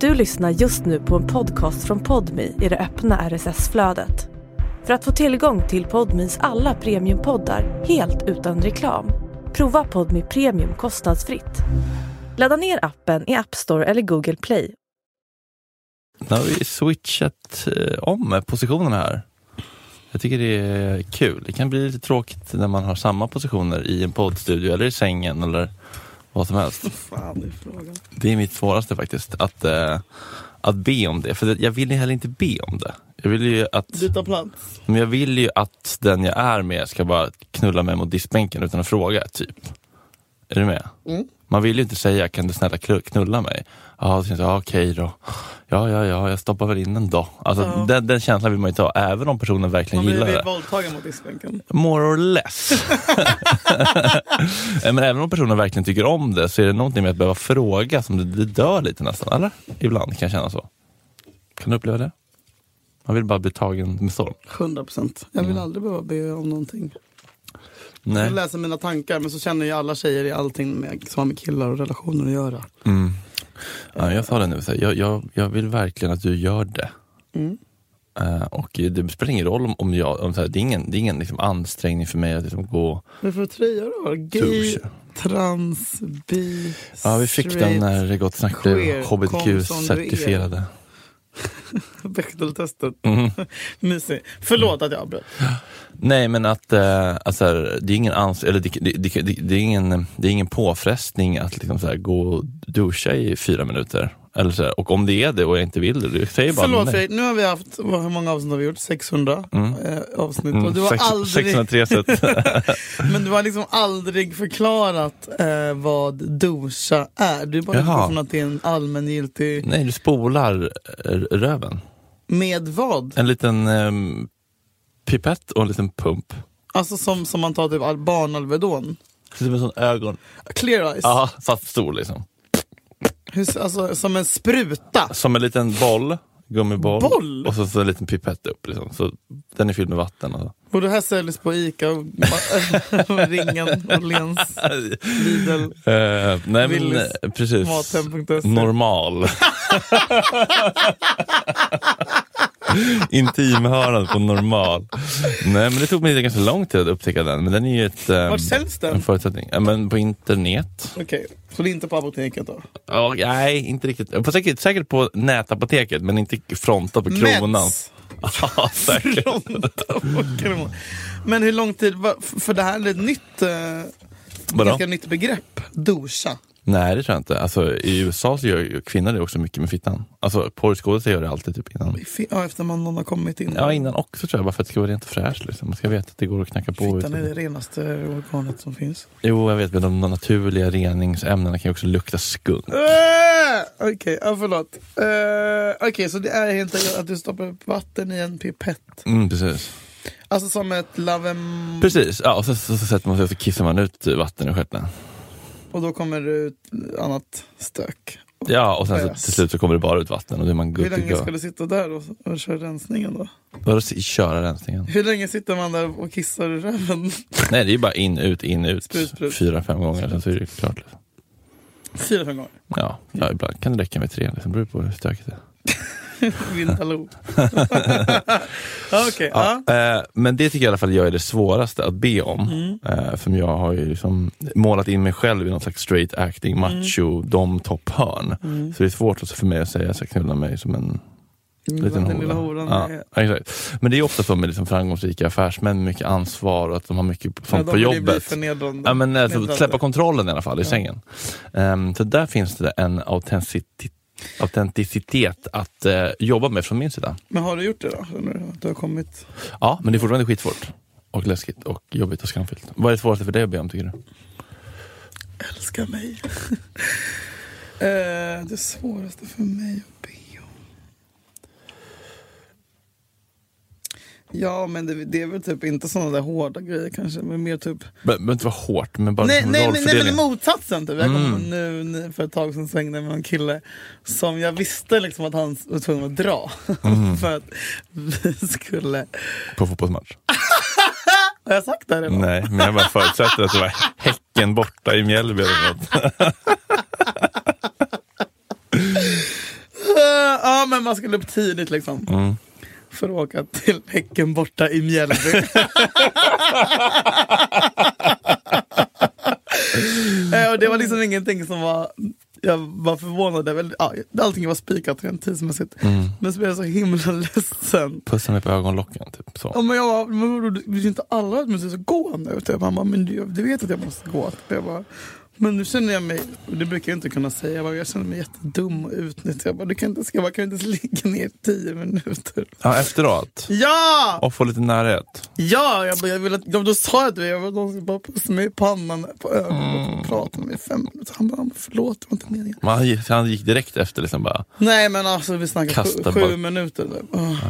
Du lyssnar just nu på en podcast från Podmi i det öppna RSS-flödet. För att få tillgång till Podmis alla premiumpoddar helt utan reklam, prova Podmi Premium kostnadsfritt. Ladda ner appen i App Store eller Google Play. Nu har vi switchat eh, om positionerna här. Jag tycker det är kul. Det kan bli lite tråkigt när man har samma positioner i en poddstudio eller i sängen eller vad som helst. Fan, är frågan. Det är mitt svåraste faktiskt, att, eh, att be om det. För det- jag vill ju heller inte be om det. Jag vill ju att, Byta plats. men jag vill ju att den jag är med ska bara knulla mig mot diskbänken utan att fråga, typ. Är du med? Mm. Man vill ju inte säga, kan du snälla klu- knulla mig? Ja, då känns det, ja, okej då. Ja, ja, ja, jag stoppar väl in en då. Alltså, Ja. den, den känslan vill man ju ta, även om personen verkligen Man blir gillar blir det. våldtagen mot diskbänken. More or less. Eh, Men även om personen verkligen tycker om det så är det någonting med att behöva fråga som det, det dör lite nästan. Eller? Ibland kan jag känna så. Kan du uppleva det? Man vill bara bli tagen med storm. 100 procent. Jag vill aldrig behöva be om någonting. Mm. Nej. Jag läser mina tankar men så känner ju alla tjejer i allting med, som har med killar och relationer att göra. Mm. Ja, jag sa det nu, så här, jag, jag, jag vill verkligen att du gör det. Mm. Eh, och det spelar ingen roll om, om jag, om, så här, det är ingen, det är ingen liksom, ansträngning för mig att liksom, gå Men för tröjor då? Gay, Tusch. trans, bi, Ja, vi fick den när Gott Snack blev queer, kom som du är. hbtq-certifierade. eh, Bechdel-testet. Mm. Mysig. Förlåt att jag avbröt. Nej men att, eh, att så här, det är ingen ans- eller det, det, det, det, det är ingen, det är ingen påfrestning att liksom så här, gå och duscha i fyra minuter. Eller så här, och om det är det och jag inte vill det, du säger bara Förlåt nej. Fredrik, nu har vi haft, vad- hur många avsnitt har vi gjort? 600 Mm. eh, avsnitt. Mm, och du har sex- aldrig 603 sätt. Men du har liksom aldrig förklarat eh, vad dosha är. Du bara Jaha. utgår från att det är en allmängiltig... Nej, du spolar eh, röven. Med vad? En liten ehm, pipett och en liten pump. Alltså som, som man tar typ all- barnalvedon. Ser ut som en sån ögon. Clear eyes. Ja, fast stor liksom. Hur, s- alltså, som en spruta. Som en liten boll, gummiboll. Boll? Och så, så en liten pipett upp liksom. Så den är fylld med vatten. Och så. Och det här säljs på Ica och, och Ringen, Åhléns, Lidl, Eh, nej men Willys, eh, precis. Mathem.se. Normal. Intimhörnan på normal. Nej men det tog mig ganska lång tid att upptäcka den. Men den är ju ett, ehm, Vart säljs den? en förutsättning. Ja, men på internet. Okej, så det är inte på apoteket då? Ja, nej, inte riktigt. På, säkert, säkert på nätapoteket men inte fronta på kronan. Mets. Ja, säkert. Fronta på kronan. Men hur lång tid, va- f- för det här är ett nytt, eh, Vadå? ganska nytt begrepp, dosha. Nej det tror jag inte. Alltså, I USA så gör ju kvinnor det också mycket med fittan. Alltså porrskådisar gör det alltid typ innan. Fi- Ja, efter man någon har kommit in. Ja, innan också tror jag, bara för att det ska vara rent och fräscht. Liksom. Man ska veta att det går att knacka på. Fittan är det renaste organet som finns. Jo, jag vet, men de naturliga reningsämnena kan ju också lukta skunk. Äh, Okej, ja, förlåt. Uh, Okej, så det är helt enkelt att du stoppar upp vatten i en pipett. Mm, precis. Alltså som ett lavem... Precis, ja, och så, så, så sätter man sig och så kissar man ut vatten ur stjärten. Och då kommer det ut annat stök. Ja, och sen så, Ös. till slut så kommer det bara ut vatten och då är man Hur good to länge go. ska du sitta där och, och köra rensningen då? Vadå, s- köra rensningen? Hur länge sitter man där och kissar i röven? Nej, det är ju bara in, ut, in, ut. Sprut, sprut. Fyra, fem gånger, sen så är det klart. Liksom. Fyra, fem gånger. Ja, ja, ibland kan det räcka med tre, liksom. beror på hur stökigt det är. Vindaloo. Okej, ja. Mm. Eh, men det tycker jag i alla fall jag är det svåraste att be om. Eh, för jag har ju liksom målat in mig själv i någon slags straight acting, Mm. macho, dom, topp, hörn. Så det är svårt också för mig att säga att jag knulla mig som en liten Den lilla hora. horan. är- Ja, exakt. Men det är ofta så med liksom framgångsrika affärsmän, mycket ansvar och att de har mycket p- Ja, sånt de på vill ju bli jobbet. förnedrande. Ja, men, alltså, förnedrande. släppa kontrollen i alla fall i sängen. Ehm, så där finns det en autenticitet, autenticitet att eh, jobba med från min sida. Men har du gjort det då? Nu, att Du har kommit... Ja, men det är fortfarande skitsvårt. Och läskigt och jobbigt och skamfyllt. Vad är det svåraste för dig att be om tycker du? Älska mig. Eh, det svåraste för mig att be om. Ja, men det, det är väl typ inte sådana där hårda grejer kanske, men mer typ... Men, men inte vara hårt, men bara nej, liksom nej, men- nej, rollfördelning. men motsatsen typ. Jag kom Mm. nu, nu för ett tag sedan svängde jag med en kille som jag visste liksom att han var tvungen att dra. Mm. för att vi skulle... På fotbollsmatch? Har jag sagt det här redan? Nej, men jag bara förutsätter att det var Häcken borta i Mjällby eller något. Eh, Ja men man skulle upp tidigt liksom. Mm. För att åka till Häcken borta i Mjällby. Eh, och det var liksom ingenting som var... Jag var förvånad över... Ja, allting var spikat rent tidsmässigt. Mm. Men så blev jag så himla ledsen. Pussa mig på ögonlocken, typ så. Ja, men jag bara, men vadå, du- vill inte alla att man ska gå nu? Typ. Han bara, men du, du vet att jag måste gå. Typ. Jag bara, men nu känner jag mig, och det brukar jag inte kunna säga, jag, bara, jag känner mig jättedum och utnyttjad. Jag bara, du kan inte, jag bara, kan du inte ens ligga ner tio minuter? Ja, efteråt. Ja! Och få lite närhet. Ja! Jag bara, jag vill att, ja, då sa jag det, jag bara, de ska bara pussa mig i pannan, på ögonen Mm. och prata med mig i fem minuter. Han bara, men förlåt, det var inte meningen. Men han, gick- han gick direkt efter liksom bara. Nej men alltså vi snackar Kasta sju, sju bara- minuter. Typ. Åh.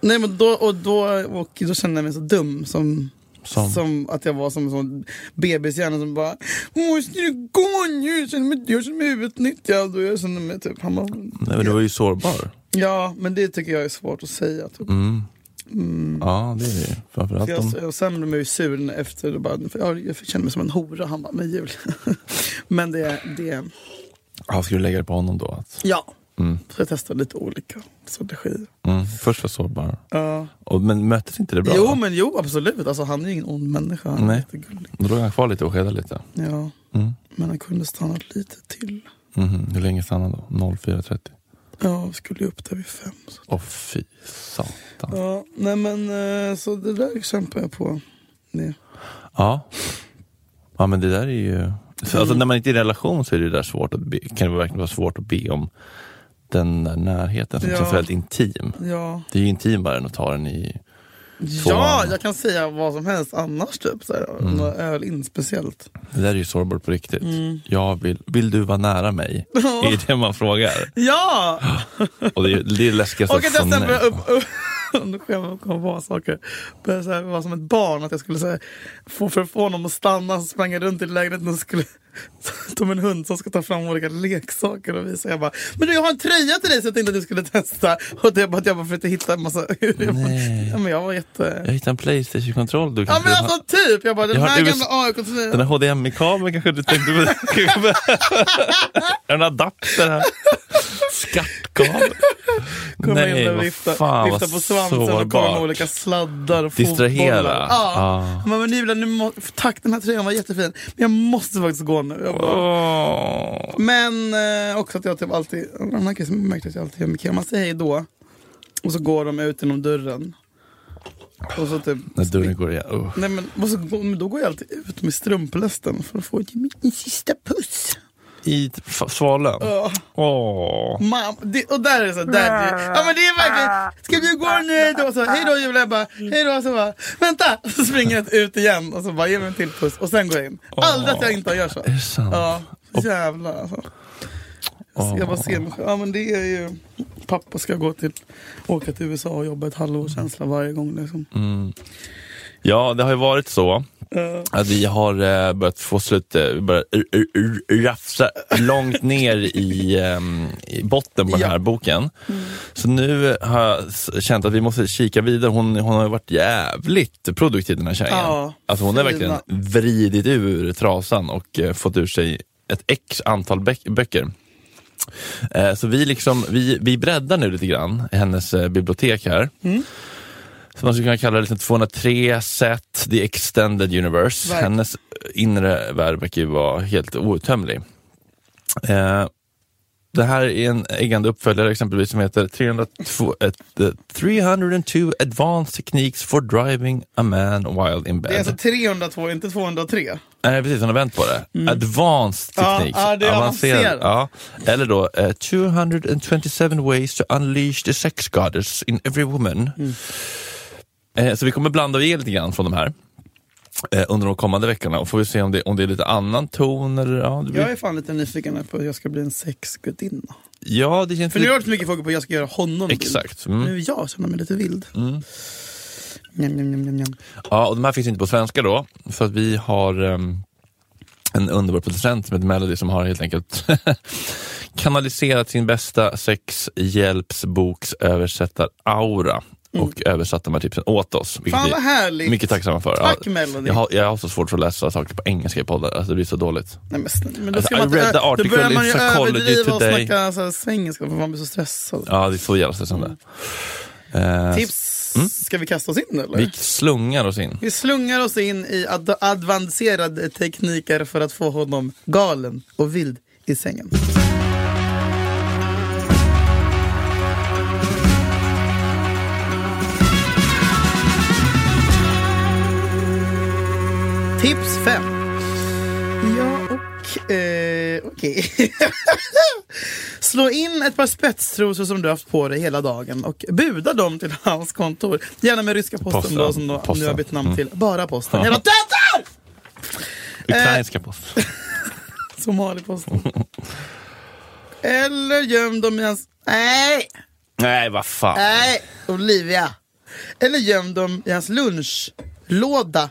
Nej men då, och då, och då kände jag mig så dum som Som? Som att jag var som en sån bebishjärna som bara Åh, ska du gå nu? Jag känner mig, jag känner mig utnyttjad och jag känner mig typ... Han bara, Nej, men du var ju sårbar. Ja, men det tycker jag är svårt att säga. Typ. Mm. Ja, det är det ju. Framförallt Jag, om... jag, sen blev jag ju sur efter det bara, för jag, jag kände mig som en hora. Han bara, men jul. men det, det... Ja, ska du lägga det på honom då? Att, Ja. Mm. Så jag testade lite olika strategier. mm, först var sårbar. Ja. Och, men möttes inte det bra? Jo, va? men jo, absolut. Alltså, han är ju ingen ond människa. Han är Nej. jättegullig. Då låg han kvar lite och skedade lite. Ja, Mm. men han kunde stannat lite till. Mhm. Hur länge stannade han då? 04.30? Ja, vi skulle ju upp där vid fem. Så. Åh fy satan. Ja, nej men eh, så det där kämpar jag på. Det. Ja. Ja men det där är ju... Så, alltså, när man inte är i relation så är det där svårt att be, kan det verkligen vara svårt att be om den där närheten som Ja. känns väldigt intim. Ja. Det är ju intimare än att ta den i... ja, jag kan säga vad som helst annars typ. Så här, Mm. om några öl in speciellt. Det där är ju sårbart på riktigt. Mm. Jag vill, vill du vara nära mig? Det är det man frågar. Ja! Och det är det är läskigast Och att jag få sen nej. började upp... upp nu skämmer jag kommer på saker. Började så här, vara som ett barn. Att jag skulle så här, få, för att få honom att stanna så sprang jag runt i lägenheten och skulle som en hund som ska ta fram olika leksaker och visa. Jag bara, men du jag har en tröja till dig så jag tänkte att du skulle testa. Och det är bara att jag bara försökte hitta en massa... Jag bara, Nej. ja, men jag var jätte... Jag hittade en Playstation-kontroll. Du Ja kanske men vill ha- alltså typ! Jag bara, den Jag har- här det är väl- gamla AIK-tröjan. Den här HDMI-kabeln kanske du tänkte på? en adapter här. Skattkabel. Kommer in där vad och vifta, fan, vifta vad på svansen och kommer sårbart. med olika sladdar och Distrahera. fotbollar. Ja. Ja. Men, men Julia, nu må, tack den här tröjan var jättefin. Men jag måste faktiskt gå nu. Jag bara, Åh. Men eh, också att jag typ alltid, en annan grej som jag märkte att jag alltid gör med killar, man säger hej då och så går de ut genom dörren. Och så typ, När dörren går igen. Uh. nej men, och så, går- men då går jag alltid ut med strumplästen för att få ge mig en sista puss. I t- f- svalen? Ja. Åh. Mam, det, och där är det så här, där, ja men det är verkligen, ska vi gå nu hej då? Så, hej då Julia, jag bara, hej då, så bara, vänta! Så springer jag ut igen och så bara, ge mig en till puss och sen går jag in. Aldrig att jag inte gör så. Är det sant? Ja, jävlar alltså. Så Jag bara ser mig själv, ja men det är ju, pappa ska gå till, åka till USA och jobba ett halvår känsla varje gång liksom. Mm. Ja, det har ju varit så Eh, att vi har eh, börjat få slut, eh, vi börjar r- r- r- rafsa långt ner i, ehm, i botten på den Ja. Mm. här boken. Så nu har jag s- känt att vi måste kika vidare. Hon, hon har ju varit jävligt produktiv den här kärringen. Ja, alltså hon har verkligen fina. vridit ur trasan och eh, fått ur sig ett x antal bäck- böcker. Eh, Så vi, liksom, vi, vi breddar nu lite grann i hennes eh, bibliotek här. Mm. Så man skulle kunna kalla det liksom 203 set, the extended universe. Verkligen. Hennes eh, inre värld verkar ju vara helt outtömlig. Eh, det här är en äggande uppföljare exempelvis som heter 302, ett, eh, 302 advanced techniques for driving a man while in Det är alltså bed. 302, inte 203. Nej, precis, han har vänt på det. Advanced Mm. Ja, techniques. ja, det är avancerat. Ja. Eller då, eh, 227 ways to unleash the sex goddess in every woman. Mm. Eh, så vi kommer blanda och ge lite grann från de här eh, under de kommande veckorna och får vi se om det, om det är lite annan ton eller ja, det, Jag blir, är fan lite nyfiken här på hur jag ska bli en sexgudinna. ja, det känns För nu har lite... det varit så mycket frågor på hur jag ska göra honom vild. Exakt. Mm. Nu är jag känner mig lite vild. Njam, njam, njam, njam, njam. Ja, och de här finns inte på svenska då, för att vi har ehm, en underbar producent som heter Melody som har helt enkelt kanaliserat sin bästa sexhjälpsboksöversättar-aura och översatt de här tipsen åt oss. vilket Mm. Fan vi- vad härligt. mycket tacksamma för. Tack Ja, Melody. jag, har, jag har så svårt för att läsa saker på engelska i poddar, alltså, det blir så dåligt. Nej, men, snälla, men då, Alltså, ska I man inte read the ö- då article börjar man in ju Psychology överdriva och Today. snacka så här svengelska för man blir så stressad. Ja, det är så jävla stressande. Eh, Tips, ska vi kasta oss in eller? Vi slungar oss in. Vi slungar oss in i ad- avancerade tekniker för att få honom galen och vild i sängen. Tips 5. Ja, och... Eh, Okej. Slå in ett par spetstrosor som du haft på dig hela dagen och buda dem till hans kontor. Gärna med ryska posten, Posten. då, som då, nu Posten. har bytt namn Mm. till bara posten. Jävla dödar! Ukrainska post. Somaliposten. Eller göm dem i hans... Nej! Nej, vad fan. Nej, Olivia. Eller göm dem i hans lunchlåda.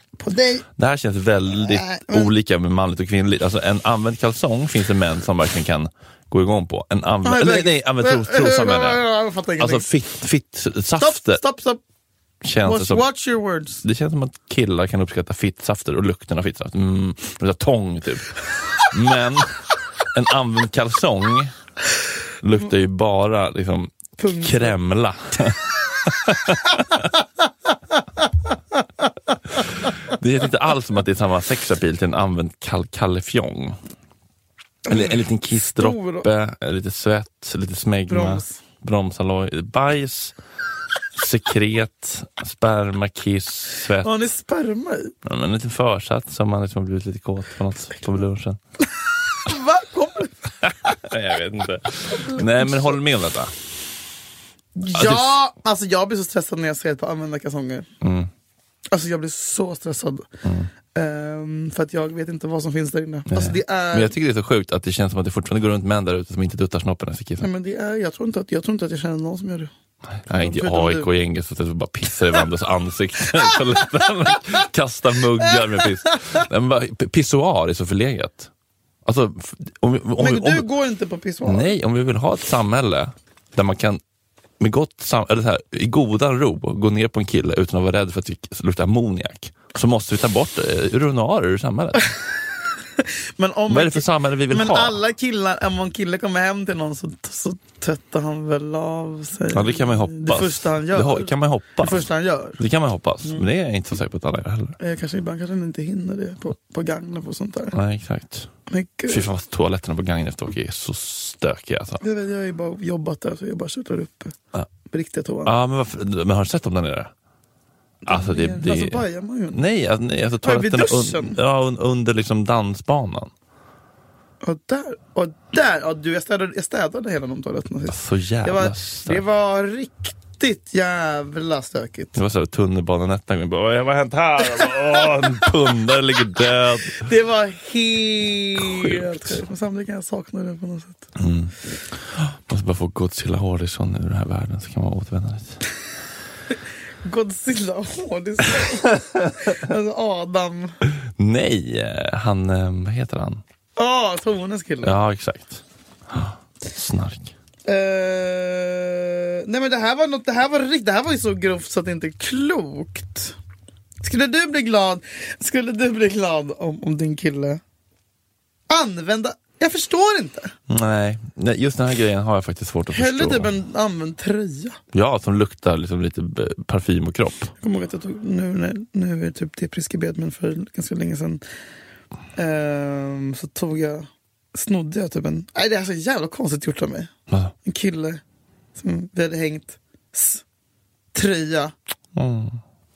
på dig. Det här känns väldigt Nej, men- olika med manligt och kvinnligt. Alltså en använd kalsong finns det män som verkligen kan gå igång på. En använd, Nej, eller, men- nej, använd tros, trosa menar jag. Jag fattar ingenting. Alltså fitt, fitt Stopp, safter stopp, stopp. känns det Watch, som. watch your words. Det känns som att killar kan uppskatta fittsafter och lukten av fittsaft. Mm, det är tång typ. Men en använd kalsong luktar ju bara liksom Pungsaft. kremla. Det är inte alls som att det är samma sexapil till en använd kal kalifjong. Eller en liten kissdroppe, lite svett, lite smegma, Broms. bromsalloj, bajs, sekret, sperma, kiss, svett. Har ni sperma i? Ja, men lite försatt som man liksom blivit lite kåt på något på lunchen. Va? Kommer Nej, jag vet inte. Nej, men håll med om detta. Ja, alltså jag blir så stressad när jag ser ett par använda kalsonger. Mm. Alltså jag blir så stressad. Ehm, för att jag vet inte vad som finns där inne. Alltså det är... Men jag tycker det är så sjukt att det känns som att det fortfarande går runt män där ute som inte duttar snoppen ens i kissen. Nej, men det är, jag, tror inte att, jag tror inte att jag känner någon som gör det. Nej, inte i förutom du. AIK-gänget som sitter och bara pissar i varandras ansikten. på läktaren. Kastar muggar med piss. Nej, men bara, p- pissoar är så förlegat. Alltså, f- om, vi- om, vi- Men om, du går inte på pissoar? Nej, om vi vill ha ett samhälle där man kan med gott sam- eller så här, i goda ro gå ner på en kille utan att vara rädd för att det luktar ammoniak så måste vi ta bort eh, urinarer ur samhället. Men om Vad är det för samhälle vi vill men ha? alla killar, om en kille kommer hem till någon så, så tvättar han väl av sig? Ja, det kan man ju hoppas. Det första han gör. Det ho- kan man ju det hoppas. första Mm. han gör. Det kan man ju hoppas, men det är jag inte så säker på att alla gör heller. Eh, Kanske, ibland kanske han inte hinner det på, på Gagnef och sånt där. Nej, exakt. Men gud. Fy fan vad toaletterna på Gagnef dock är så stökiga. Alltså. Jag, vet, jag har ju bara jobbat där så jag bara tjötar upp Ja. på riktiga toan. Ja, men, varför, men har du sett dem där nere? Alltså, det, det, Alltså bajar man ju. nej, alltså, nej, alltså Vad, vid toaletterna duschen? un, ja, un, under liksom dansbanan. Ja, där. Och där. Ja, du, jag städade, jag städade hela de toaletterna sist. Så Det jävla var, starkt. det var riktigt riktigt jävla stökigt. Det var så här tunnelbanenätterna. Jag bara, "Åh, Vad har hänt här? Jag bara, Åh, en pundare ligger död. Det var helt Sjukt. sjukt. Men samtidigt kan jag sakna det på något sätt. Måste bara få Godzilla Hårdison ur den här världen så kan man återvända dit. Godzilla Hårdis. alltså Adam. Nej, eh, han, eh, vad heter han? Ja, Tones kille. Ja, exakt. Ah, Snark. Eh, nej men det här var något, det här var rikt, det här var ju så grovt så att det inte är klokt. Skulle du bli glad, skulle du bli glad om, om din kille använda, jag förstår inte. Nej, nej, just den här grejen har jag faktiskt svårt att Hellre förstå. typ en använd tröja. Ja, som luktar liksom lite b- parfym och kropp. Jag kommer ihåg att jag tog, nu, när- nu är typ det preskriberat men för ganska länge sedan ehm, så tog jag, snodde jag typ en, nej det här är så jävla konstigt gjort av mig. Alltså, En kille som vi hade hängt s, tröja. Mm.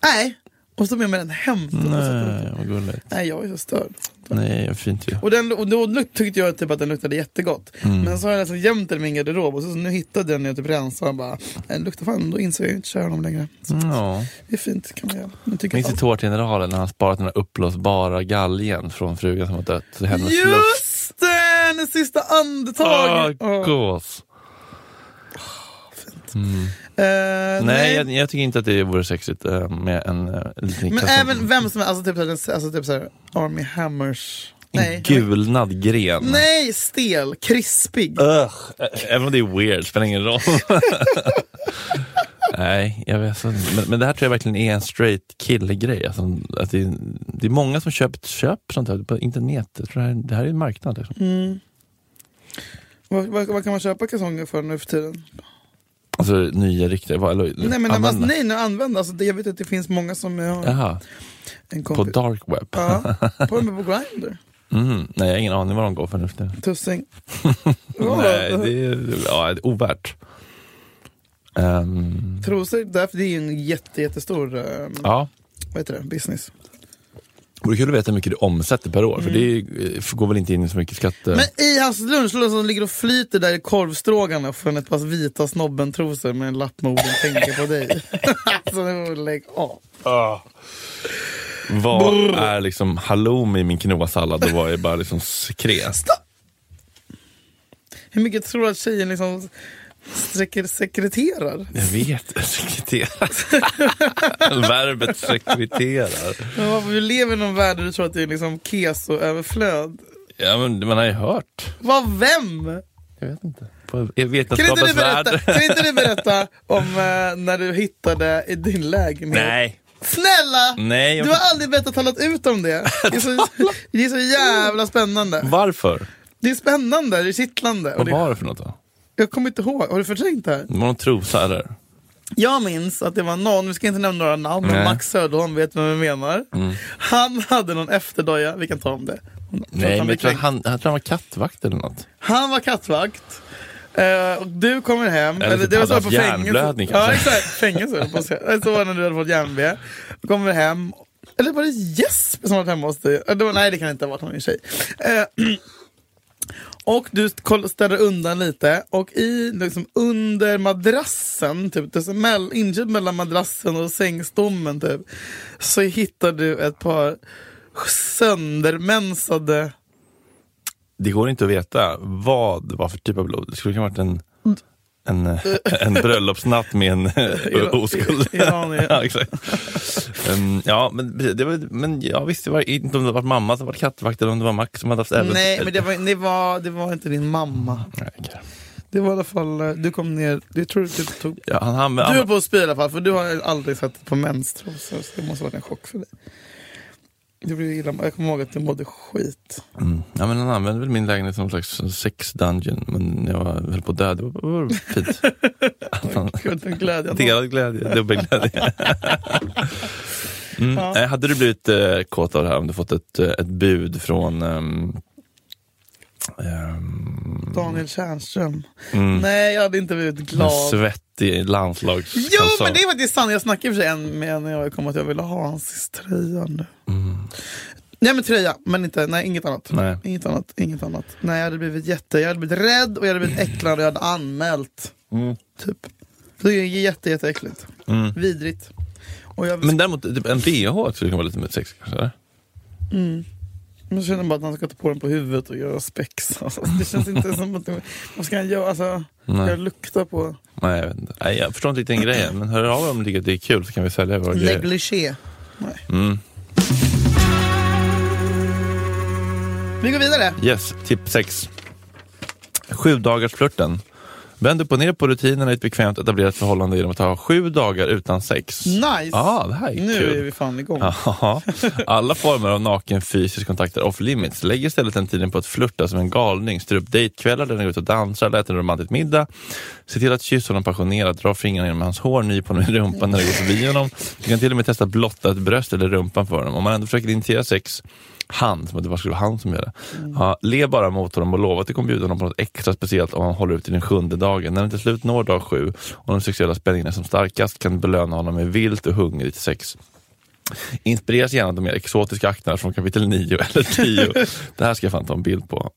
Nej, och så med mig den hämtad. och satte Nej, den. vad gulligt. nej, jag är så störd. Nej, vad fint ju. Och, den, och då luk- tyckte jag typ att den luktade jättegott. Mm. Men så har jag liksom gömt den i min garderob och så, så nu hittade jag den när jag typ rensade och bara, den luktar fan, då insåg jag ju inte kör honom längre. Så Ja. det är fint kan man göra. Men tycker Mm. Minns du fan- Tårtgeneralen när han sparat den där uppblåsbara galgen från frugan som har dött? Så Hennes luft. Just det! Den sista andetaget! Ah, Ja. gås. Eh, Nej, jag, jag tycker inte att det vore sexigt eh, med en eh, liten Men klass- även vem som är, alltså typ, så här- alltså typ såhär, Army Hammers. Nej. en gulnad gren. Nej, stel, krispig. Ugh. Ä- Även om det är weird, spelar ingen roll. Nej, jag vet inte. Men, men det här tror jag verkligen är en straight killgrej. Alltså, att det, är, det är många som köpt köp sånt här på internet. Jag tror det, här, det här är en marknad. Liksom. Mm. Vad, vad, vad kan man köpa kalsonger för nu för tiden? Alltså nya riktiga... vad- Eller, Nej men när man, använda. nej, nu använda, alltså, det, jag vet att det finns många som jag har Jaha, en på kompis. dark web. Ja, på, på Grindr. Mm, nej, jag har ingen aning vad de går för nu för tiden. Tussing. Nej, Ja, det är ja, det är ovärt. Ehm, Trosor, därför det är ju en jätte, jättestor eh, ja. vad heter det, business. Vore kul att veta hur mycket du omsätter per år, för Mm. det är- eh, går väl inte in i så mycket skatte... Men i hans lunchlåda som ligger och flyter där i korvstrågarna från ett par vita snobben-trosor med en lapp med orden tänker på dig. alltså nu får du lägga av. Vad är liksom halloumi i min quinoa-sallad och vad är bara liksom sekret? Hur mycket tror du att tjejen liksom sträcker sekreterar? Jag vet, sekreterare. Verbet sekreterar. Men varför vi lever i någon värld där du tror att det är liksom keso-överflöd? Ja, men man har ju hört. Vad vem? Jag vet inte. På i Kan inte, du vetenskapens berätta, värld. kan inte du berätta om eh, när du hittade i din lägenhet? Nej, Snälla! nej. Jag... Du har aldrig bett att talat ut om det. Det är, så, det är så jävla spännande. Varför? Det är spännande, det är kittlande. Och Vad det, var det för något då? jag kommer inte ihåg, har du förträngt det här? Det var någon trosa eller? Jag minns att det var någon, vi ska inte nämna några namn, men Nej. Mm. Max Söderholm vet vem vi menar. Han hade någon efterdoja, vi kan ta om det. Nej, men han, blev jag tror, kränkt. han, jag tror han var kattvakt eller något. han var kattvakt. eh, och du kommer hem, Eller typ hade så här haft hjärnblödning Ja kanske. exakt, fängelse höll jag på att säga. Eller Så var det när du hade fått järn-B. Kommer hem, eller var det Jesper som var hemma hos dig? Eh, Det var, nej det kan inte ha varit, han är en tjej. Eh, Och du koll- städar undan lite och i, liksom, under madrassen, typ, det är så mell, inköpt mellan madrassen och sängstommen typ, så hittar du ett par söndermensade Det går inte att veta vad det var för typ av blod. Det skulle kunna ha varit en, Mm. en, en bröllopsnatt med en oskuld. iranier. ja, exakt. Ehm, ja, men, precis, det var, men jag visste var, inte om det var mamma som var kattvakt eller om det var Max som hade haft även- Nej, men det var, det, var, det var inte din mamma. Nej, okej. Det var i alla fall, eh, du kom ner, det tror du typ tog... Ja, han, han, Du höll han, på att spy i alla fall, för du har aldrig sett på mäns trosor, så det måste ha varit en chock för dig. Det blev illa, jag kommer ihåg att du mådde skit. mm, ja, men han använde väl min lägenhet som någon slags sex dungeon, men när jag var- höll på att dö. Det var, det var fint. Att han- Gud, den glädjen. Delad glädje, dubbelglädje. mm. Nej, Hade du blivit eh, kåt av det här om du fått ett, eh, ett bud från ehm, ehm, Daniel Tjärnström. mm, Nej, jag hade inte blivit en glad. svettig landslags... Jo, kalsong? men det är faktiskt sant. Jag snackade i och för sig en med när jag kom att jag ville ha hans tröja nu. Nej, men tröja, men inte, nej, inget annat. Mm, Nej. Inget annat, inget annat. Nej, jag hade blivit jätte, jag hade blivit rädd och jag hade blivit äcklad och jag hade anmält. Typ. Det är jätte, jätteäckligt. Vidrigt. Och jag, Mm. Men men däremot, typ en bh skulle kunna vara lite mer sexig kanske? Eller? jag känner bara att han ska ta på den på huvudet och göra spex. Alltså, det känns inte som att... det- Vad ska han göra? Alltså, ska jag lukta på Nej, jag vet inte. Nej, jag förstår inte riktigt den grejen. Men hör av er om ni tycker att det är kul så kan vi sälja våra grejer. negligé? Nej. Mm. Vi går vidare. Yes, tips 6. Sju dagars flörten. Vänd upp och ner på rutinerna i ett bekvämt etablerat förhållande genom att ha sju dagar utan sex. Nice! Ah, det här är nu kul. Ah. är vi fan igång. Ja, alla former av naken fysisk kontakt är off limits. Lägg istället den tiden på att flirta som en galning. Styr upp dejtkvällar där ni går ut och dansar eller äter en romantisk middag. Se till att kyssa honom passionerat, dra fingrarna genom hans hår, nyp honom i rumpan när du går förbi honom. Du kan till och med testa att blotta ett bröst eller rumpan för honom. Om man ändå försöker initiera sex, han, som att det bara skulle vara han som gör det. Ja, le bara mot honom och lova att du kommer bjuda honom på något extra speciellt om han håller ut till den sjunde dagen. När den till slut når dag sju och den sexuella spänningen är som starkast kan du belöna honom med vilt och hungrigt sex. Inspireras gärna av de mer exotiska akterna från kapitel 9 eller 10. Det här ska jag fan ta en bild på.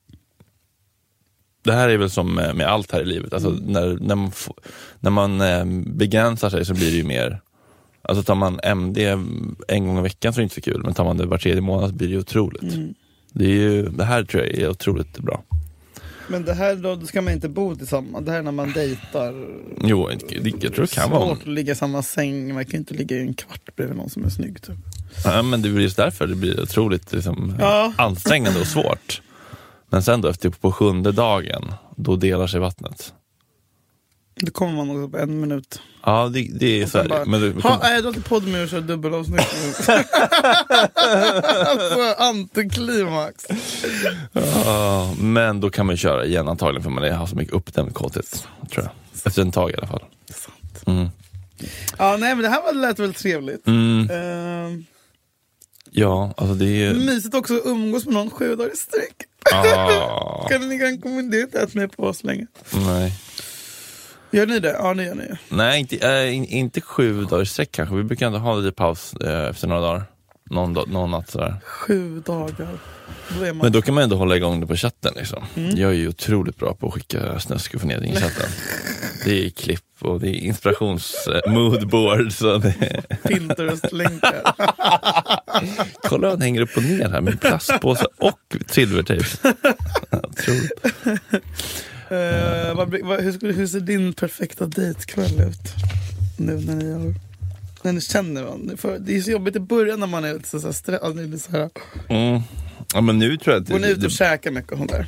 Det här är väl som eh, med med allt här i livet, alltså när, när, man, får- när man eh, begränsar sig så blir det ju mer Alltså tar man MD en gång i veckan så är det inte så kul, men tar man det var tredje månad så blir det ju otroligt. Det, är ju, det här tror jag är otroligt bra. Men det här då, då ska man inte bo tillsammans. Det här är när man dejtar. Jo, jag tror det kan vara... Svårt att ligga i samma säng. Man kan ju inte ligga i en kvart bredvid någon som är snygg. Typ. Ja, men det är just därför det blir otroligt liksom, Ja. ansträngande och svårt. Men sen då, efter, typ på sjunde dagen, då delar sig vattnet. Då kommer man också på en minut. Ja, det, det är så här. Bara, Men du, ha, nej, du har inte podd med och kör dubbelavsnitt. alltså, antiklimax. ja, eh. men då kan man ju köra igen antagligen för man är- har så mycket uppdämd kåthet. Tror jag. Efter en tag i alla fall. Ja, nej, men det här var, lät väl trevligt. Mm. Ehm, Ja, alltså det är ju... mysigt också att umgås med någon sju dagar i sträck. Ah, Kan ni rekommendera det att ni är på oss länge? nej. Gör ni det? Ja, ni gör ni. Nej, inte, äh, in, inte sju dagar i sträck kanske. Vi brukar ändå ha lite paus eh, efter några dagar. Någon, dag, någon natt sådär. Sju dagar. Då är man... Men då kan man ändå hålla igång det på chatten. Liksom. Mm. Jag är ju otroligt bra på att skicka snusk och förnedring i chatten. Det är klipp och det är inspirations-moodboard. Pinterest-länkar. Kolla hur han hänger upp och ner här med plastpåse och silvertejp. Otroligt. Eh, vad, blir- vad, hur, skulle- hur ser din perfekta dejtkväll ut? Nu när ni har... När ni känner varandra. För det är så jobbigt i början när man är lite så här stressad. Ni blir så här, Mm. Ja, men nu tror jag att... går ni ut och det, käkar mycket och sånt där?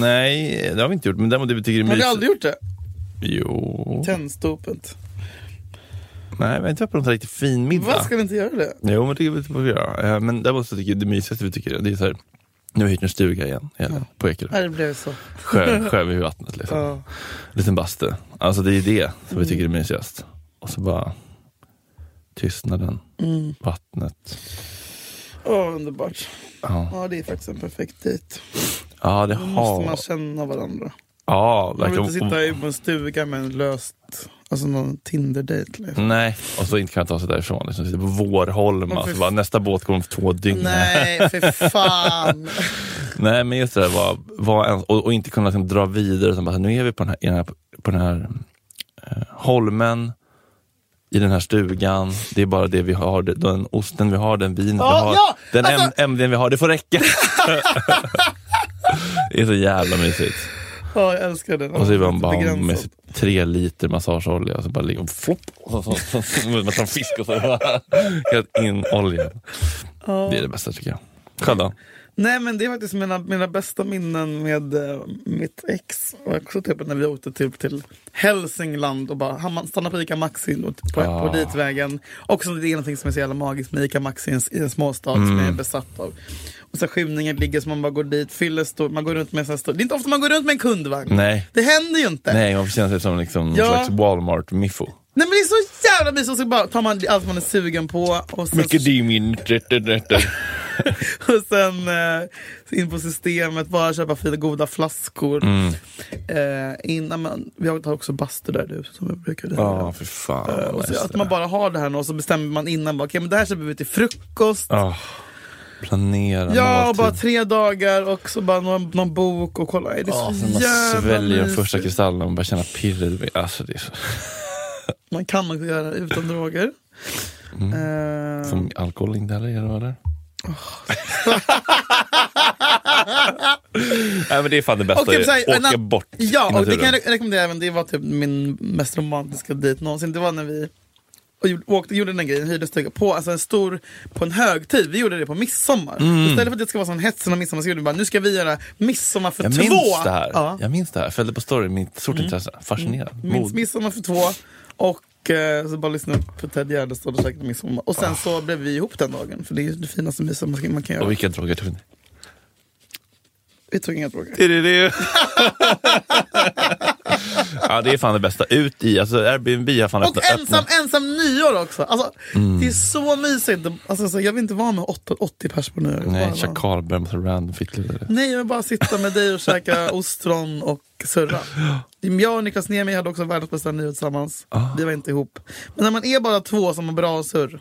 nej, det har vi inte gjort. Men däremot det vi tycker det är Har ni mysigt. aldrig Typ. gjort det? Jo. Tennstopet. Nej, vi har inte varit på någon sån här riktigt fin middag. Vad ska vi inte göra det? Jo, men det är väl typ vad vi göra. Eh, Men däremot så tycker jag det mysigaste vi tycker det är så här. Nu har vi hyrt en stuga igen, eller, på Ekerö. Nej, det blev så. Sjö, sjö vid vattnet liksom. Ja. liten bastu. Alltså det är det som Mm. vi tycker är mysigast. Och så bara tystnaden, Mm. vattnet. Åh, underbart. Ja, Ja, det är faktiskt en perfekt dejt. ja det Då måste har... man känna varandra. Ja, Man vill inte verkligen. sitta i på en stuga med en löst... Alltså någon Tinder-dejt. Liksom. Nej, och så inte kan jag ta sig därifrån. Liksom, sitta på Vårholma. Varför- så bara, nästa båt går om två dygn. Nej, för fan. Nej, men just det där var, var en, och, och inte kunna liksom dra vidare. Utan bara, nu är vi på den här, i den här, på den här eh, holmen, i den här stugan. Det är bara det vi har. det- Den osten vi har, den vinen vi Ja, har, ja! den Alltså- M- MDn vi har. Det får räcka. det är så jävla mysigt. Ja, jag älskar den. Och så är man bara Begränsad. med sitt tre liter massageolja och så bara ligger och flopp. Och så, så, så, man tar en fisk och så bara helt in oljan. Det är det bästa tycker jag. Själv då? Nej men det är faktiskt mina, mina bästa minnen med eh, mitt ex. Och också typ när vi åkte typ till Hälsingland och bara han- man stannar på ICA Maxi och- typ på, Ah. på ditvägen. Också det är någonting som är så jävla magiskt med ICA Maxi i en, i en småstad som Mm. jag är besatt av. Och så skymningen ligger så man bara går dit, fyller stor, man går runt med en sån här stor, det är inte ofta man går runt med en kundvagn. Nej. Det händer ju inte. Nej, man får känna sig som liksom någon Ja. slags Walmart-miffo. Nej, men det är så jävla mysigt och så bara tar man allt man är sugen på. Och sen så Mycket dimin. Och sen eh, in på systemet, bara köpa fina goda flaskor. Mm. Eh, innan man, vi har också bastu där du som vi brukar hyra. Ja, för fan. Eh, och så, just att det. man bara har det här nu och så bestämmer man innan, bara, okej men det här köper vi till frukost. Ja, Ah, planera typ. och bara tre dagar och så bara någon, någon bok och kolla. Är det är Ah, så man jävla sväljer de mysigt. första kristallen och bara känner pirret. i- Alltså, det är så... man kan också göra utan droger. Mm. Eh, Som alkohol inte heller gör, eller? Nej men det är fan det bästa, Okej, typ så här, åka en annan- bort i Ja, och det naturen. kan jag re- rekommendera även. Det var typ min mest romantiska dejt någonsin. Det var när vi och gjorde, åkte, gjorde den här grejen, hyrde en stuga på, alltså en stor, på en högtid. Vi gjorde det på midsommar. Mm. Istället för att det ska vara sån hetsen av midsommar så gjorde vi bara, nu ska vi göra midsommar för jag två. minns det här. Ja. Mm. Jag minns det här. Jag följde på story, mitt stort intresse. Fascinerad. Minns Mod. midsommar för två och eh, så bara lyssnade på Ted Gärdestad och käkade midsommar. Och sen så blev vi ihop den dagen, för det är ju det finaste midsommar man kan- man kan göra. Ah. Och vilka droger tog ni? Vi tog inga droger. ja det är fan det bästa. Ut i, alltså Airbnb har fan Och ensam, ensam nyår också! Alltså, Det är så mysigt. Alltså, så jag vill inte vara med åtta- 80 pers på nyår. Nej, Bara- chakalbär, massa random fittlurare. Nej, jag vill bara sitta med dig och käka ostron och surra. Jag och Niklas Niemi hade också världens bästa nyår tillsammans. Vi var inte ihop. Men när man är bara två som har bra surr.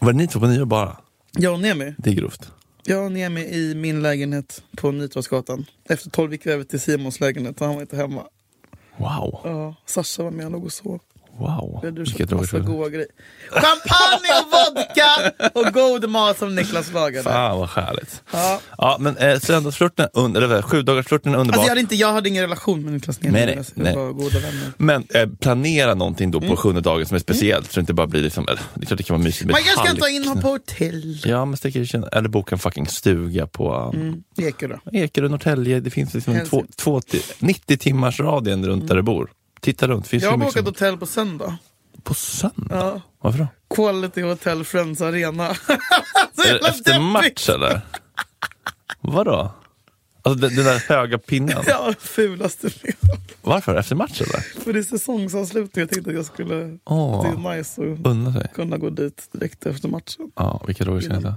Var det ni två på nyår bara? Jag och Niemi. Det är grovt. Jag och Niemi i min lägenhet på Nytorgsgatan. Efter tolv gick vi över till Simons lägenhet och han var inte hemma. Wow. Ja, Sasha var med, han låg och sov. Wow. Jag hade Vilka köpt droger massa tog ni? goa grejer. Champagne och vodka och god mat som Niklas lagade. Alltså, Fan vad härligt. Ja. Ja men eh, söndagsflirten, är under- eller sjudagarsflirten är underbar. Alltså jag, hade inte, jag hade ingen relation med Niklas Niemi. Nej, nej, Alltså, vi nej. var goda vänner. Men eh, planera någonting Mm. då på sjunde dagen som är speciellt så det inte bara blir liksom, eller, det är klart det kan vara mysigt med Man kanske kan halk. ta in honom på hotell. Ja men sticker i kyrkan. eller boka en fucking stuga på mm. Ekerö. Ekerö, Norrtälje, det finns liksom Helst. två, två, till- 90 timmars radien runt där du bor. Titta runt, finns det Jag har mycket bokat som... hotell på söndag. På söndag? Ja. Varför då? Quality Hotel Friends Arena. Så Är jävla det efter deppigt. match eller? Vadå? Alltså den, den där höga pinnen. Ja, fulaste fel. Varför? Efter match eller? För det är säsongsavslutning. Jag tänkte att jag skulle... Åh. Det är nice att Unna sig. kunna gå dit direkt efter matchen. Ja, vilka droger ska ni ta?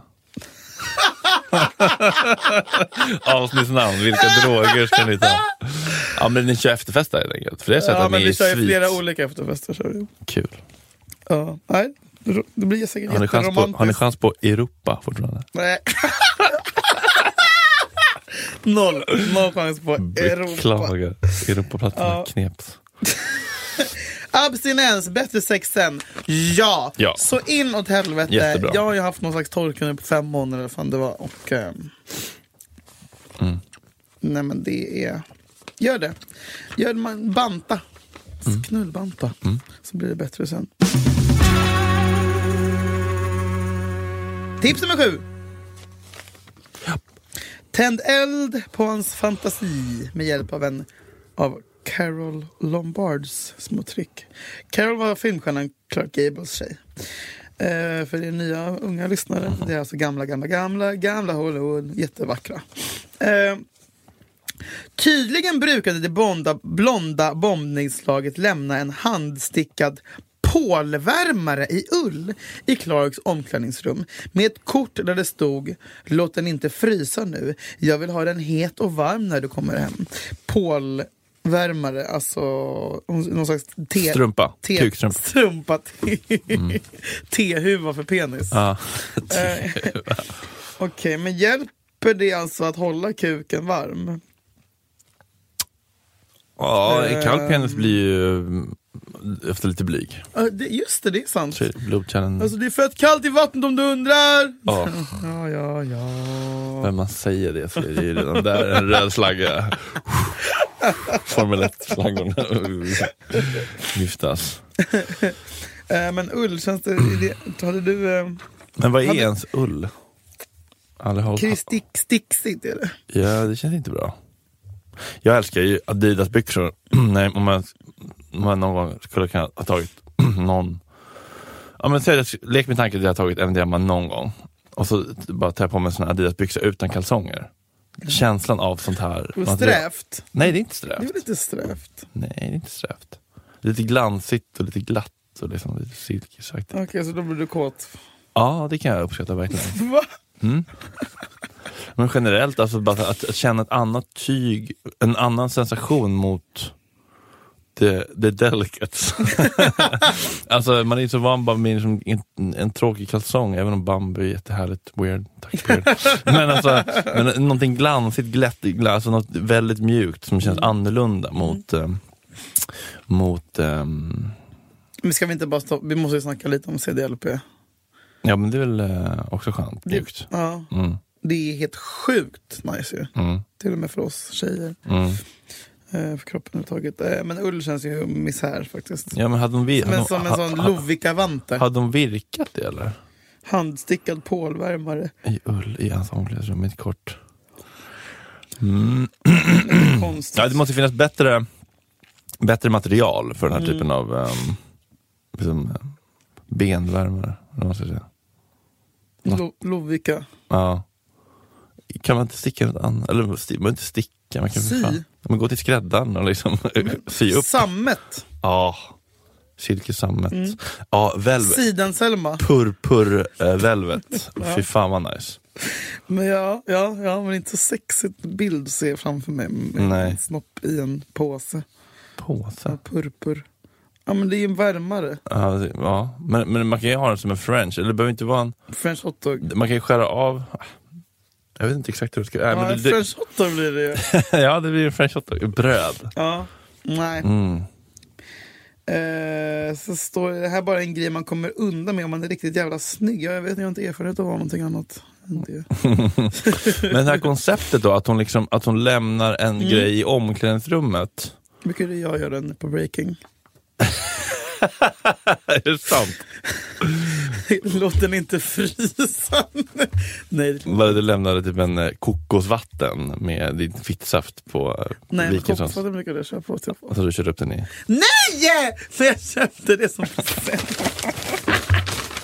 Avsnittsnamn, vilka droger ska ni ta? Ja men ni kör efterfest där helt enkelt. För det är så Ja, att ni men är i vi kör ju svit. flera olika efterfester. Kör vi. Kul. Ja, nej. ro- Det blir säkert Har ni, chans på, jätteromantiskt. har ni chans på Europa fortfarande? Nej. Noll. Noll chans på Europa. Beklagar. Europaplattorna Ja. kneps. Abstinens, bättre sex sen. Ja. Ja. Så in åt helvete. Jättebra. Jag har ju haft någon slags torka nu på fem månader eller vad fan det var. Och, ehm, Mm. Nej men det är... Gör det. Gör det, man banta. Mm. Knullbanta. Så blir det bättre sen. Tips nummer sju. Tänd eld på hans fantasi med hjälp av en av Carol Lombards små trick. Carol var filmstjärnan Clark Gables tjej. Eh, för er nya unga lyssnare, det är alltså gamla, gamla, gamla, gamla Hollywood, jättevackra. Eh, Tydligen brukade det bonda, blonda bombningslaget lämna en handstickad pålvärmare i ull i Clarks omklädningsrum med ett kort där det stod “Låt den inte frysa nu, jag vill ha den het och varm när du kommer hem”. Pålvärmare, alltså någon slags te... Strumpa. te- Kukstrumpa. Mm. Strumpa. te- Tehuva för penis. Ja. Eh, Okej, men hjälper det alltså att hålla kuken varm? ja, Eh. en kall penis blir ju mm, efter lite blyg. Ja, det, just det, det är sant. Så är det Blodkärlen, Alltså det är fett kallt i vattnet om du undrar. ja, Ja, ja, ja. när man säger det så är det ju redan där en röd flagga. Formel 1-flaggorna viftas. Eh, men ull, känns det... är det hade du... Eh, Men vad är ens ull? Aldrig håll- kristick, sticksigt är det. Ja, det känns inte bra. Jag älskar ju Adidas-byxor. Nej, om jag, om jag någon gång skulle kunna ha tagit någon... Ja, men säg att, lek med tanken att jag har tagit MDMA någon gång och så bara tar jag på mig en sån här Adidas-byxa utan kalsonger. Känslan av sånt här... Och material- Strävt. Nej, det är inte Det strävt. är lite strävt. Nej, det är inte strävt. Lite glansigt och lite glatt och liksom lite silkesaktigt. Okej, så då blir du kåt. Ja, det kan jag uppskatta verkligen. Va? Men generellt, alltså bara att, att känna ett annat tyg, en annan sensation mot the, the delicates. alltså man är så van bara med liksom en, en tråkig kalsong, även om bambu är jättehärligt, weird, tack weird. men alltså, men någonting glansigt, glätt, gla- alltså något väldigt mjukt som känns annorlunda mot, eh, mot ehm, Men ska vi inte bara stå, vi måste ju snacka lite om CDLP. Ja men det är väl eh, också skönt. Mjukt. Ja. Mm. Det är helt sjukt nice ju. Mm. Till och med för oss tjejer. Mm. Eh, för kroppen överhuvudtaget. Eh, men ull känns ju misär faktiskt. Ja men hade de, vir- Men hade, som de, en ha- sån ha- Lovikka-vante. hade de virkat det eller? Handstickad pålvärmare. I ull i hans omklädningsrum, inte kort. Konstigt. Mm. Ja, det måste finnas bättre, bättre material för den här typen av ehm, liksom, eh, benvärmare. eller vad man ska säga. Lo- Lovikka. Ja. Kan man inte sticka något annat? Eller sti- man inte sticka, man kan för Sy. fan- Ja, Men gå till skräddaren och liksom sy upp. Sammet. Ja. Silkesammet. Ja, velvet. Sidan-Selma. Purpur-velvet. Fy fan vad nice. Men ja, ja, ja, men inte så sexigt bild ser jag framför mig. Med Nej. En snopp i en påse. Påse. Ja, purpur. Ja men det är ju en värmare. Ja, det- ja. Men, men man kan ju ha den som en french, eller det behöver inte vara en... French hotdog. Man kan ju skära av... Jag vet inte exakt hur det ska... Nej, Ja, men en det, det, French hotdog blir det ju. ja, det blir en french hotdog. Bröd. Ja. Nej. Mm. Eh, så står det det här är bara en grej man kommer undan med om man är riktigt jävla snygg. Jag vet, jag har inte erfarenhet av att vara någonting annat. än det. Men det här konceptet då, att hon, liksom, att hon lämnar en grej i omklädningsrummet. Mycket det jag gör den på breaking. Är det sant? Låt den inte frysa. Nej, det- Vad Du lämnade typ en eh, kokosvatten med din fittsaft på eh, nej men Wilkinsons. kokosvatten brukar jag köpa. Typ. Och så du körde upp den i. Nej! För jag köpte det som present.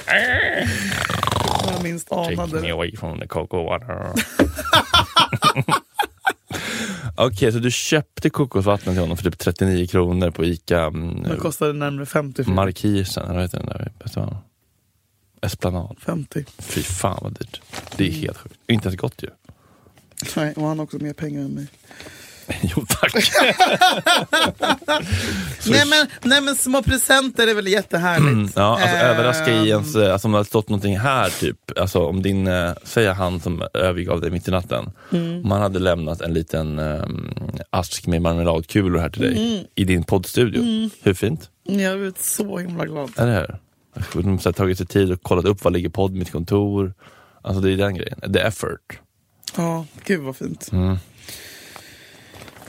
När jag minst anade Take me det. away from the cocoa water. Okej, så du köpte kokosvatten till honom för typ 39 kronor på Ica mm, Men kostade närmare 50. för- Markisen, eller vad heter den där restaurangen? Esplanad. 50. Fy fan vad dyrt. Det är helt sjukt. Inte ens gott ju. Nej, och han har också mer pengar än mig. jo tack. Nej men, nej men små presenter är väl jättehärligt. Ja, alltså, Ehm, överraska i ens, eh, alltså, om det hade stått någonting här typ, alltså om din, eh, säga han som övergav dig mitt i natten, om han hade lämnat en liten eh, ask med marmeladkulor här till dig i din poddstudio. Hur fint? Jag har blivit så himla glad. Eller hur? De har så här, tagit sig tid och kollat upp, var ligger podd, mitt kontor? Alltså det är den grejen, the effort. Ja, gud vad fint. Mm.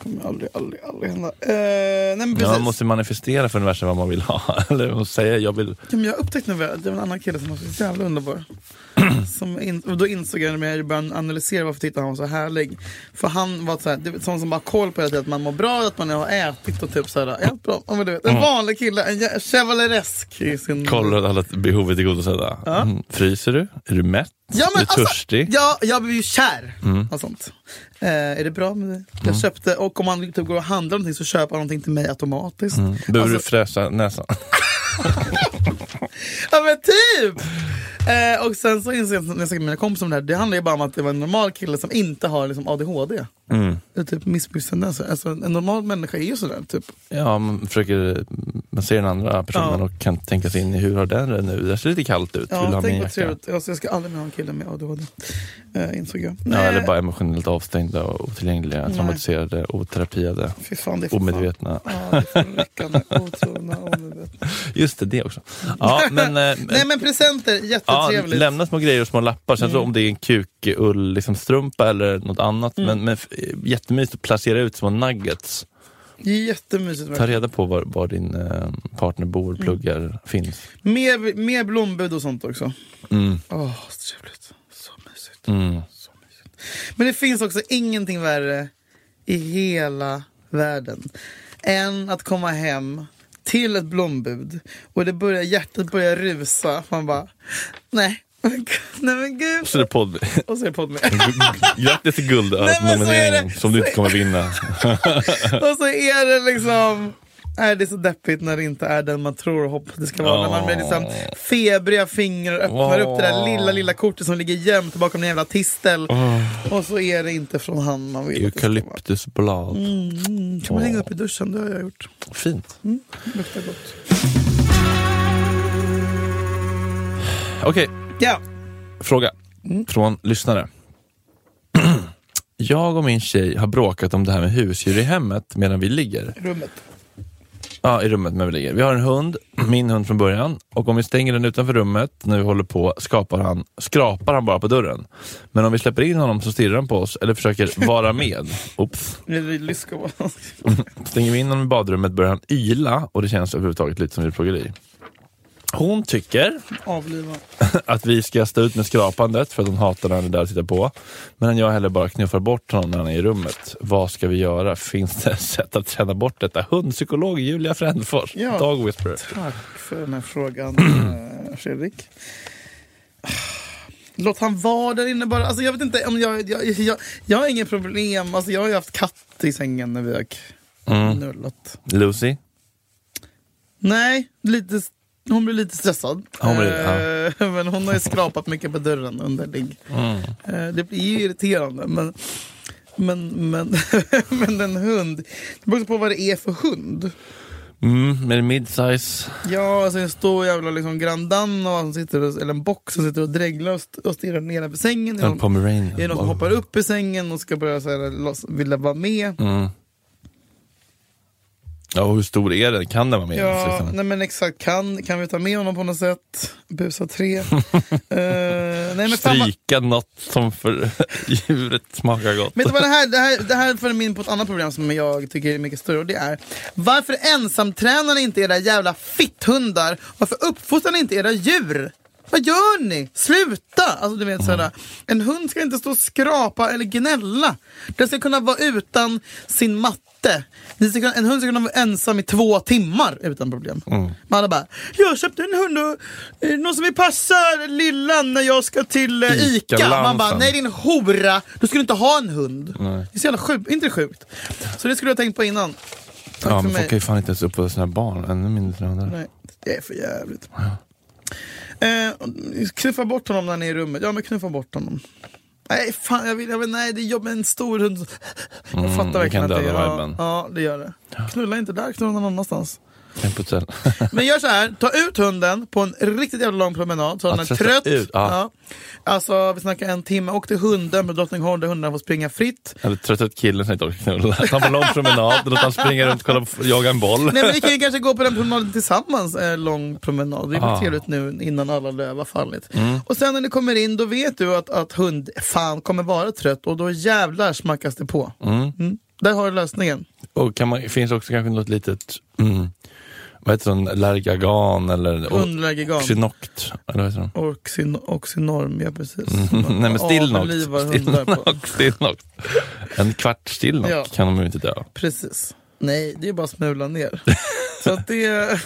kommer aldrig, aldrig, aldrig hända. Eh, nej men precis. Ja, man måste manifestera för universum vad man vill ha, eller och säga jag vill, Ja, men jag har upptäckt nu att det var en annan kille som var så jävla underbar. Som in, och då insåg jag när jag började analysera varför tyckte han var så härlig. För han var så här, det, är sån som bara har koll på hela tiden, att man mår bra, att man har ätit och typ så här, ätit bra. Ja, men du vet, en vanlig kille, en jä- chevaleresk i sin... Mm. kolla att alla behov är tillgodosedda. Mm. Fryser du? Är du mätt? Ja, är du men alltså, törstig? Mm. Ja, jag blir ju kär. Och sånt. Eh, är det bra med det? Jag köpte, och om man typ går och handlar någonting så köper han någonting till mig automatiskt. Behöver Alltså, du fräsa näsan? Ja men typ! Eh, och sen så inser jag när jag snackar med mina kompisar om det här, det handlar ju bara om att det var en normal kille som inte har liksom ADHD. Mm. Eller typ missbrukstendenser. Alltså en normal människa är ju sådär typ. Ja, man försöker, man ser den andra personen Ja. och kan tänka sig in i hur har den det nu? Det ser lite kallt ut, vill du Ja, ha min tänk vad jacka? trevligt. Alltså, jag ska aldrig mer ha en kille med ADHD. Eh, insåg jag. Ja, Nej, eller bara emotionellt avstängda och otillgängliga, traumatiserade, oterapiade, Fy fan, det är för fan. omedvetna. Ja, det är för räckande. Otrogna, omedvetna. Just det, det också. Ja, men, eh, Nej men presenter, ja, jättetrevligt. Mm. lämna små grejer och små lappar, sen så om det är en kukull, liksom strumpa eller något annat. Mm. Men, men f- jättemysigt att placera ut små nuggets. Jättemysigt. Ta verkligen. reda på var, var din eh, partner bor, Mm. pluggar, finns. Mer, mer blombud och sånt också. Mm. Åh, så trevligt. Så mysigt. Mm. Men det finns också ingenting värre i hela världen än att komma hem till ett blombud och det börjar, hjärtat börjar rusa. Man bara, nej, men gud, nej men gud. Så är det podd. Och så är det podd med. Grattis till Nej, men så är guldörat-nomineringen det. som du inte Så- kommer vinna. Och så är det liksom... Nej, det är så deppigt när det inte är den man tror och hoppas det ska vara. När man blir liksom febriga fingrar och öppnar upp det där lilla, lilla kortet som ligger gömt bakom en jävla tistel. Och så är det inte från han man vill att det ska vara. Eukalyptusblad. Mm, kan man hänga upp i duschen? Det har jag gjort. Fint. Luktar gott. Okej, Ja, fråga från lyssnare. Jag och min tjej har bråkat om det här med husdjur i hemmet medan vi ligger. rummet. Ja, Ja, i rummet med ligger. Vi har en hund, min hund från början, och om vi stänger den utanför rummet när vi håller på skapar han, skrapar han bara på dörren. Men om vi släpper in honom så stirrar han på oss eller försöker vara med. Oops. Vi vi lyssnar på vad Stänger vi in honom i badrummet börjar han yra och det känns överhuvudtaget lite som djurplågeri. Hon tycker Avliva. att vi ska stå ut med skrapandet för att hon hatar när han är där och tittar på. Men jag heller bara knuffar bort honom när han är i rummet. Vad ska vi göra? Finns det sätt att träna bort detta? Hundpsykolog Julia Frändfors, Ja. Dog Whisperer. Tack för den här frågan, eh, Fredrik. Låt han vara där inne bara. Alltså, jag vet inte om jag, jag, jag, jag har inga problem. Alltså, jag har ju haft katt i sängen när vi har Mm. knullat. Lucy? Nej, lite, hon blir lite stressad. Hon blir- Eh, Men hon har ju skrapat mycket på dörren under ligg. Mm. Eh, Det är ju irriterande. Men, men, men, men en hund. Det beror också på vad det är för hund. Mm, är det midsize? Ja, alltså en stor jävla liksom Grand Danois som sitter och, eller en box som sitter och dreglar och, st- och stirrar nedanför sängen. Är det En någon- pomeranian? är det någon som hoppar upp i sängen och ska börja så här, loss, vilja vara med? Mm. Ja, och hur stor är den? Kan den vara med? ens, Ja, liksom? nej men exakt. Kan, kan vi ta med honom på något sätt? Busa tre. Eh, nej, men fan, vad- Stryka något som för djuret smakar gott. Men vet du vad, det här, det här, det här för mig in på ett annat problem som jag tycker är mycket större och det är Varför ensamtränar ni inte era jävla fitthundar? Varför uppfostrar ni inte era djur? Vad gör ni? Sluta! Alltså du vet såhär, en hund ska inte stå och skrapa eller gnälla. Den ska kunna vara utan sin matte. Ni ska kunna, en hund ska kunna vara ensam i två timmar utan problem. Mm. Man bara, jag köpte en hund och är det någon som vill passa lillan när jag ska till eh, Ica? Man bara, Ica-lampan. nej din hora, då skulle du inte ha en hund. Det är så jävla sjukt, inte det sjukt? Så det skulle jag ha tänkt på innan. Tack ja, för men mig. folk kan ju fan inte ens uppfostra sina barn, ännu mindre sina hundar. Nej, det är för jävligt. Eh, och knuffa bort honom när han är i rummet. Ja men knuffa bort honom. Nej fan, jag vill, jag vill, nej det är jobb med en stor hund. Jag Mm, fattar det verkligen kan att det döda ja, viben. ja det gör det. Knulla inte där, knulla någon annanstans. Tänk på ett ställe. Men gör så här, ta ut hunden på en riktigt jävla lång promenad så Ja, den är trötta trött. ut, ja. Alltså vi snackar en timme, åk till hunden på Drottningholm där hundarna får springa fritt. Jag hade trött ut killen som inte orkar knulla. Ta på lång promenad, låt han springa runt, kolla på, jaga en boll. Nej men vi kan ju kanske gå på den promenaden tillsammans, en lång promenad. Det är väl Ah. Mm. trevligt nu innan alla löv har fallit. Och sen när du kommer in då vet du att, att hund fan kommer vara trött och då jävlar smackas det på. Mm. Där har du lösningen. Och kan man, finns också kanske något litet, mm, vad heter sån, Lergagan eller och- Hundlägergan. Xynoct, eller vad heter de? Oxyn oxynorm, ja precis. Mm. Nej men stillnoct. Avlivar hundar på. Stillnoct, stillnoct. En kvart stillnoct Ja. kan de ju inte dö. Precis. Nej, det är bara att smula ner. Så att det...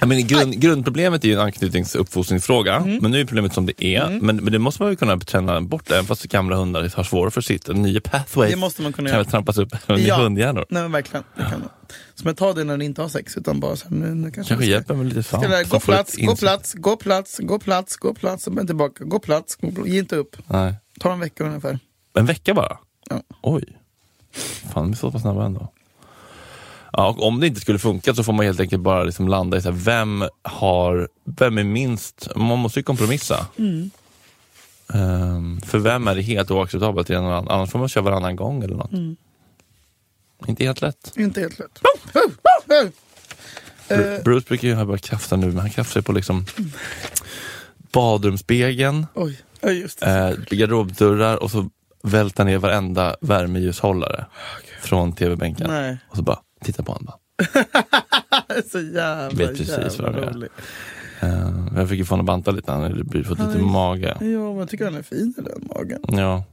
Ja, men grund, grundproblemet är ju en anknytnings och uppfostringsfråga, Mm. men nu är problemet som det är. Men, men det måste man ju kunna träna bort, även fast gamla hundar har svårare för sitt. Nya pathways Det måste man kunna kan göra. väl trampas upp även i Ja. hundhjärnor. Nej men verkligen, det kan man. Så men ta det när ni inte har sex utan bara så här, nu, nu kanske Kanske vi ska- hjälper med lite svamp. Ska där, som gå får ett plats, gå insikt. plats, gå plats, gå plats, gå plats, och men tillbaka, gå plats, gå plats. ge inte upp. Nej. Ta en vecka ungefär. En vecka bara? Ja. Oj. Fan, vi är så pass snabba ändå. Ja, och om det inte skulle funka så får man helt enkelt bara liksom landa i så här, vem har, vem är minst, man måste ju kompromissa. Mm. Ehm, för vem är det helt oacceptabelt till en annan, annars får man köra varannan gång eller något. Mm. Inte helt lätt. Inte helt lätt. Eh. Bru- Bruce brukar ju ha bara krafta nu, men han kraftar ju på liksom Mm. badrumsspegeln, Oj, ja, just det. eh, garderobdörrar och så välta ner varenda värmeljushållare från tv-bänken. Nej, Och så bara, titta på honom bara. så jävla, Vet precis jävla vad det är. rolig. Eh, jag fick ju få honom att banta lite, han hade fått lite Aj. mage. Ja, men jag tycker han är fin i den magen. Ja.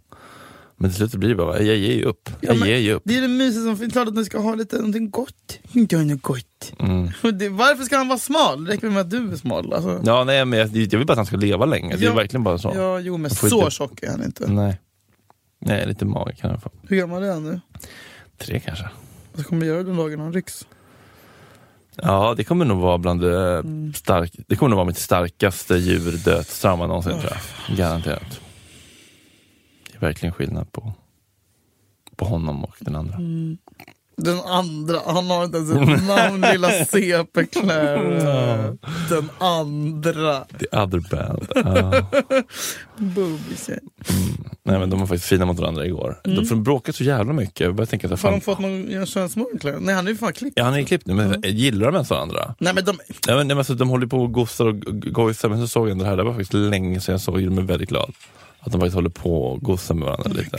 Men till slut blir det bara, jag ger ju upp. Ja, Jag men- ger ju upp. Det är det mysiga som finns. Klart att ni ska ha lite någonting gott. Inte ha något gott. Mm. Och Det, varför ska han vara smal? Det räcker med att du är smal. Alltså. Ja, nej, men jag, jag vill bara att han ska leva länge. Det är Ja. verkligen bara så. Ja, jo men Jag får så inte- Mm. tjock är han inte. Nej. Nej, lite mage kan han få. Hur gammal är han nu? Tre kanske. Vad kommer jag göra den dagen han rycks? Ja, det kommer nog vara bland det stark, Det kommer nog vara mitt starkaste djurdödstrauma någonsin tror jag. Garanterat. Det är verkligen skillnad på, på honom och den andra. Den andra, han har inte ens ett namn, lilla CP Claire. Den andra The other band. Ja. bubisen. Nej men de var faktiskt fina mot varandra igår. De De bråkat så jävla mycket. Jag började tänka så här, fan, Har de fått någon göra könsmord Claire? Nej han är ju fan klippt. Ja, han är klippt nu, men gillar de ens varandra? Nej men de, Ja, men, nej, men alltså, de håller på och gossar och g- gojsar, men så såg jag det här, det var faktiskt länge sedan jag såg det, de är väldigt glad. Att de faktiskt håller på och gossar med varandra lite.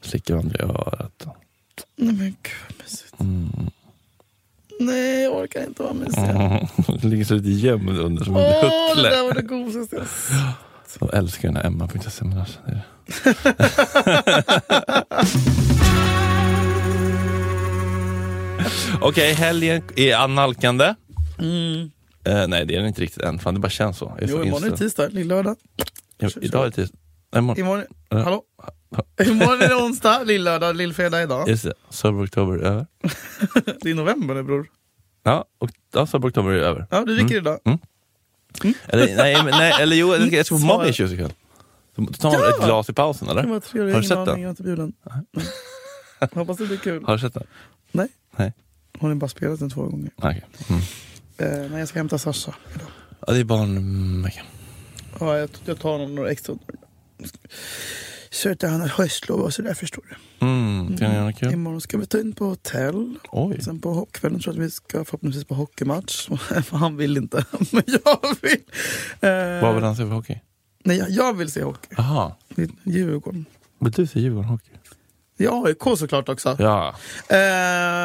Slickar varandra i örat. nej men gud vad mysigt. Mm. Nej jag orkar inte vara mysig. Ligger så lite gömd under som en Åh det huckle. där var det gosigaste jag sett. Jag älskar den här Emma.se men alltså, det är- Okej, helgen är annalkande. Eh, nej, det är den inte riktigt än. Fan, det bara känns så. Jag är så Mm. Jo imorgon är det inställd. tisdag, lillördag. Jo, Idag är det tisdag. Nej, imorgon. Imorgon, Ja. hallå? Imorgon är det onsdag, lillördag, lillfredag idag. Just det. Sober October är över. Det är november nu bror. Ja, och, ja Sober October är över. Ja, du dricker idag. Mm. Eller, nej, men, nej, eller jo, jag ska- jag ska på Så- Mauritius ikväll. Då tar man ett glas i pausen, eller? Det var trevligt, Har jag du har sett ingen den? aning, jag är inte bjuden. Mm. Hoppas det blir kul. Har du sett den? Nej, Nej. hon har bara spelat den två gånger. Ah, Okej. Mm. Eh, nej, jag ska hämta Sasha idag. Ja, det är mm, barnveckan. Ja, jag, jag tar honom några extra Så att han har höstlov och sådär förstår du. Mm, ska ni göra något kul? Imorgon ska vi ta in på hotell. Oj. Sen på ho- kvällen tror jag att vi ska förhoppningsvis på hockeymatch. Han vill inte, men jag vill. Eh, Vad vill han se för hockey? Nej, jag, jag vill se hockey. Jaha, Det är Djurgården. men du ser Djurgården hockey? Ja, AIK såklart också. Ja. Eh,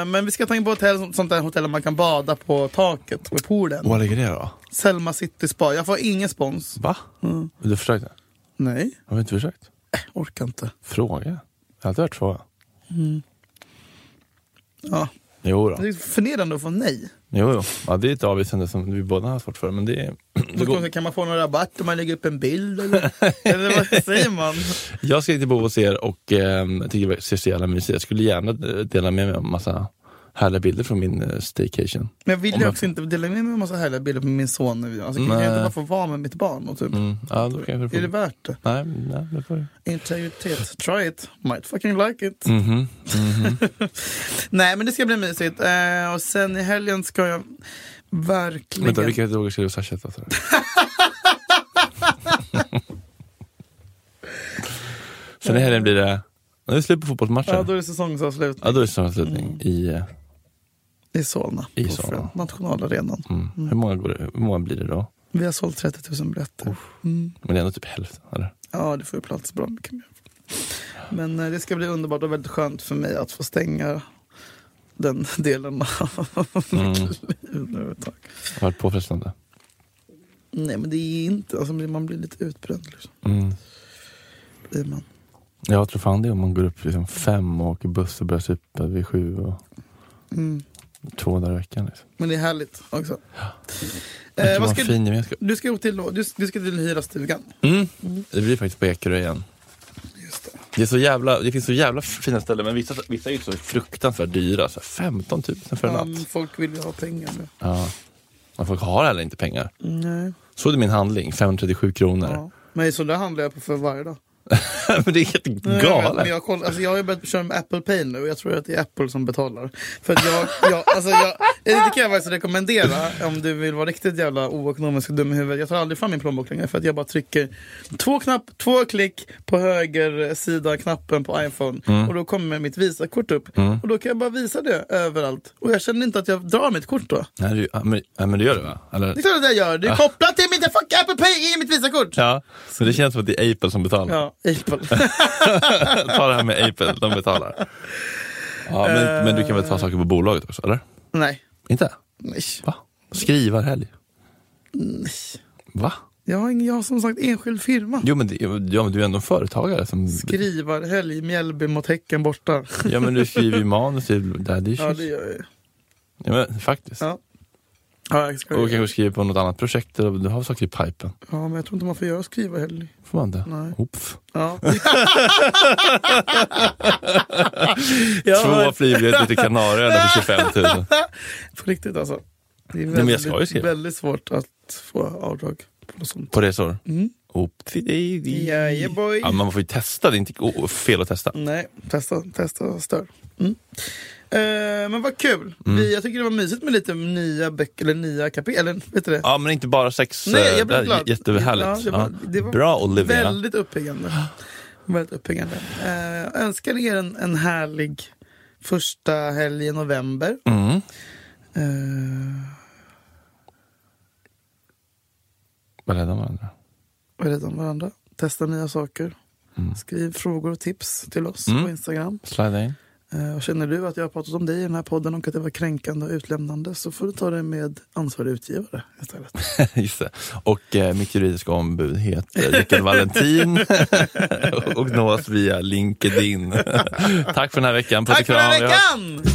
men vi ska ta in på hotell, sånt- sånt där hotell där man kan bada på taket med poolen. Var ligger det då? Mm. Selma City Spa. Jag får ingen spons. Va? Du försökte? Nej, Har vi inte försökt? orkar inte. Fråga. Jag har alltid hört fråga. Ja. Jo Det då. är förnedrande att få nej. Jo, jo. Ja, det är ett avvisande som vi båda har svårt för. Men det är... Då kommer- Kan man få någon rabatt om man lägger upp en bild? Eller, eller vad säger man? Jag ska inte bo hos er och eh, tycker det ser så jävla mysigt Jag skulle gärna eh, dela med mig av massa härliga bilder från min eh, staycation. Men jag vill Om ju jag- också inte dela med mig av massa härliga bilder på min son nu. Alltså, kan jag Nej. inte bara få vara med mitt barn? Och typ. Mm. Ja, då kan jag Är det få... värt det? Nej, nej, det får du. Integritet. Try it. Might fucking like it. Mhm. Nej men det ska bli mysigt. Eh, och sen i helgen ska jag verkligen... Vänta, vilka droger ska du ersätta? Sen i helgen blir det... Nu är det slut på fotbollsmatchen. Ja, då är det säsongsavslutning. Ja, då är det säsongsavslutning i, eh, I Solna. I på Solna. Nationalarenan. mm. Hur, många går det, hur många blir det då? Vi har sålt 30 000 biljetter. Mm. Men det är ändå typ hälften, eller? Ja, det får ju plats bra mycket mer. Men eh, det ska bli underbart och väldigt skönt för mig att få stänga den delen av mitt liv nu ett tag. Det Mm. har varit påfrestande. Nej, men det är inte... Alltså, man blir lite utbränd. Liksom. Mm. Blir man. Jag tror fan det om man går upp liksom fem och åker buss och börjar supa vid sju och Mm. två dagar i veckan. Liksom. Men det är härligt också. Det Eh, var vad en ska, fin gemenskap. du, ska upp till, då- du, du ska till hyra stugan. Mm. Det blir faktiskt på Ekerö igen. Just det. Det, är så jävla, det finns så jävla fina ställen men vissa, vissa är ju så fruktansvärt dyra. Så här 15 000 för en Ja, natt. men folk vill ju ha pengar nu. Ja. Men folk har heller inte pengar. Nej. Såg du min handling? 537 kronor. Ja. Men så där handlar jag på för varje dag. men det är helt Nej, Jag, vet, men galet. jag, koll, alltså jag har ju börjat köra med Apple Pay nu och jag tror att det är Apple som betalar. För att jag, jag, alltså jag, det kan jag faktiskt rekommendera om du vill vara riktigt jävla oekonomisk och dum i huvudet. Jag tar aldrig fram min plånbok längre för att jag bara trycker två, knapp, två klick på höger sida knappen på iPhone och då kommer mitt Visakort upp. Och då kan jag bara visa det överallt. Och jag känner inte att jag drar mitt kort då. Nej, du, ja, men, ja, men du gör det va? Eller? Det är klart att jag gör. Det är kopplat till mitt fuck Apple Pay i mitt Visakort. Ja, men det känns som att det är Apple som betalar. Ja, Apple. ta det här med Apple, de betalar. Ja, men, men du kan väl ta saker på bolaget också, eller? Nej. Inte? Nej. Va? Skrivarhelg? Va? Jag har, ingen, jag har som sagt enskild firma. Jo men, det, ja, men du är ändå en företagare som... Skrivarhelg, Mjällby mot Häcken borta. Ja men du skriver ju manus till Daddy Issues. Ja, det gör jag ju. Ja, men, faktiskt. Ja. Ja, jag ska Och göra. kanske skriver på något annat projekt, eller du har saker i pipen. ja, men jag tror inte man får göra skrivarhelg. Får man det? Nej. Oops. Ja. Två flygbiljetter till Kanarieöarna för 25 000. På riktigt alltså. Det är men jag väldigt, ska ju skriva. väldigt svårt att få avdrag på något sånt. På resor? Mm. Oops. Ja, Yeah, boy. men man får ju testa, det är inte o- fel att testa. Nej, testa, testa och stör. Mm. Eh, men vad kul. Mm. Vi, jag tycker det var mysigt med lite nya böcker, eller nya kapitel, eller vet du det? Ja, men inte bara sex. Nej, jag eh, blev det är glad. Jättehärligt. Ja, det var- Ja. det var Bra Olivia. Väldigt uppiggande. Väldigt uppiggande. Eh, jag önskar er en, en härlig första helg i november. Mm. Eh, Var rädda om varandra. var rädda om varandra. Testa nya saker. Skriv frågor och tips till oss Mm. på Instagram. Slida in. Eh, och känner du att jag har pratat om dig i den här podden och att det var kränkande och utlämnande så får du ta det med ansvarig utgivare istället. Just det. Och eh, mitt juridiska ombud heter Rickard Valentin och nås via LinkedIn. Tack för den här veckan. Puss och Tack för den kram. här Vi hörs. veckan!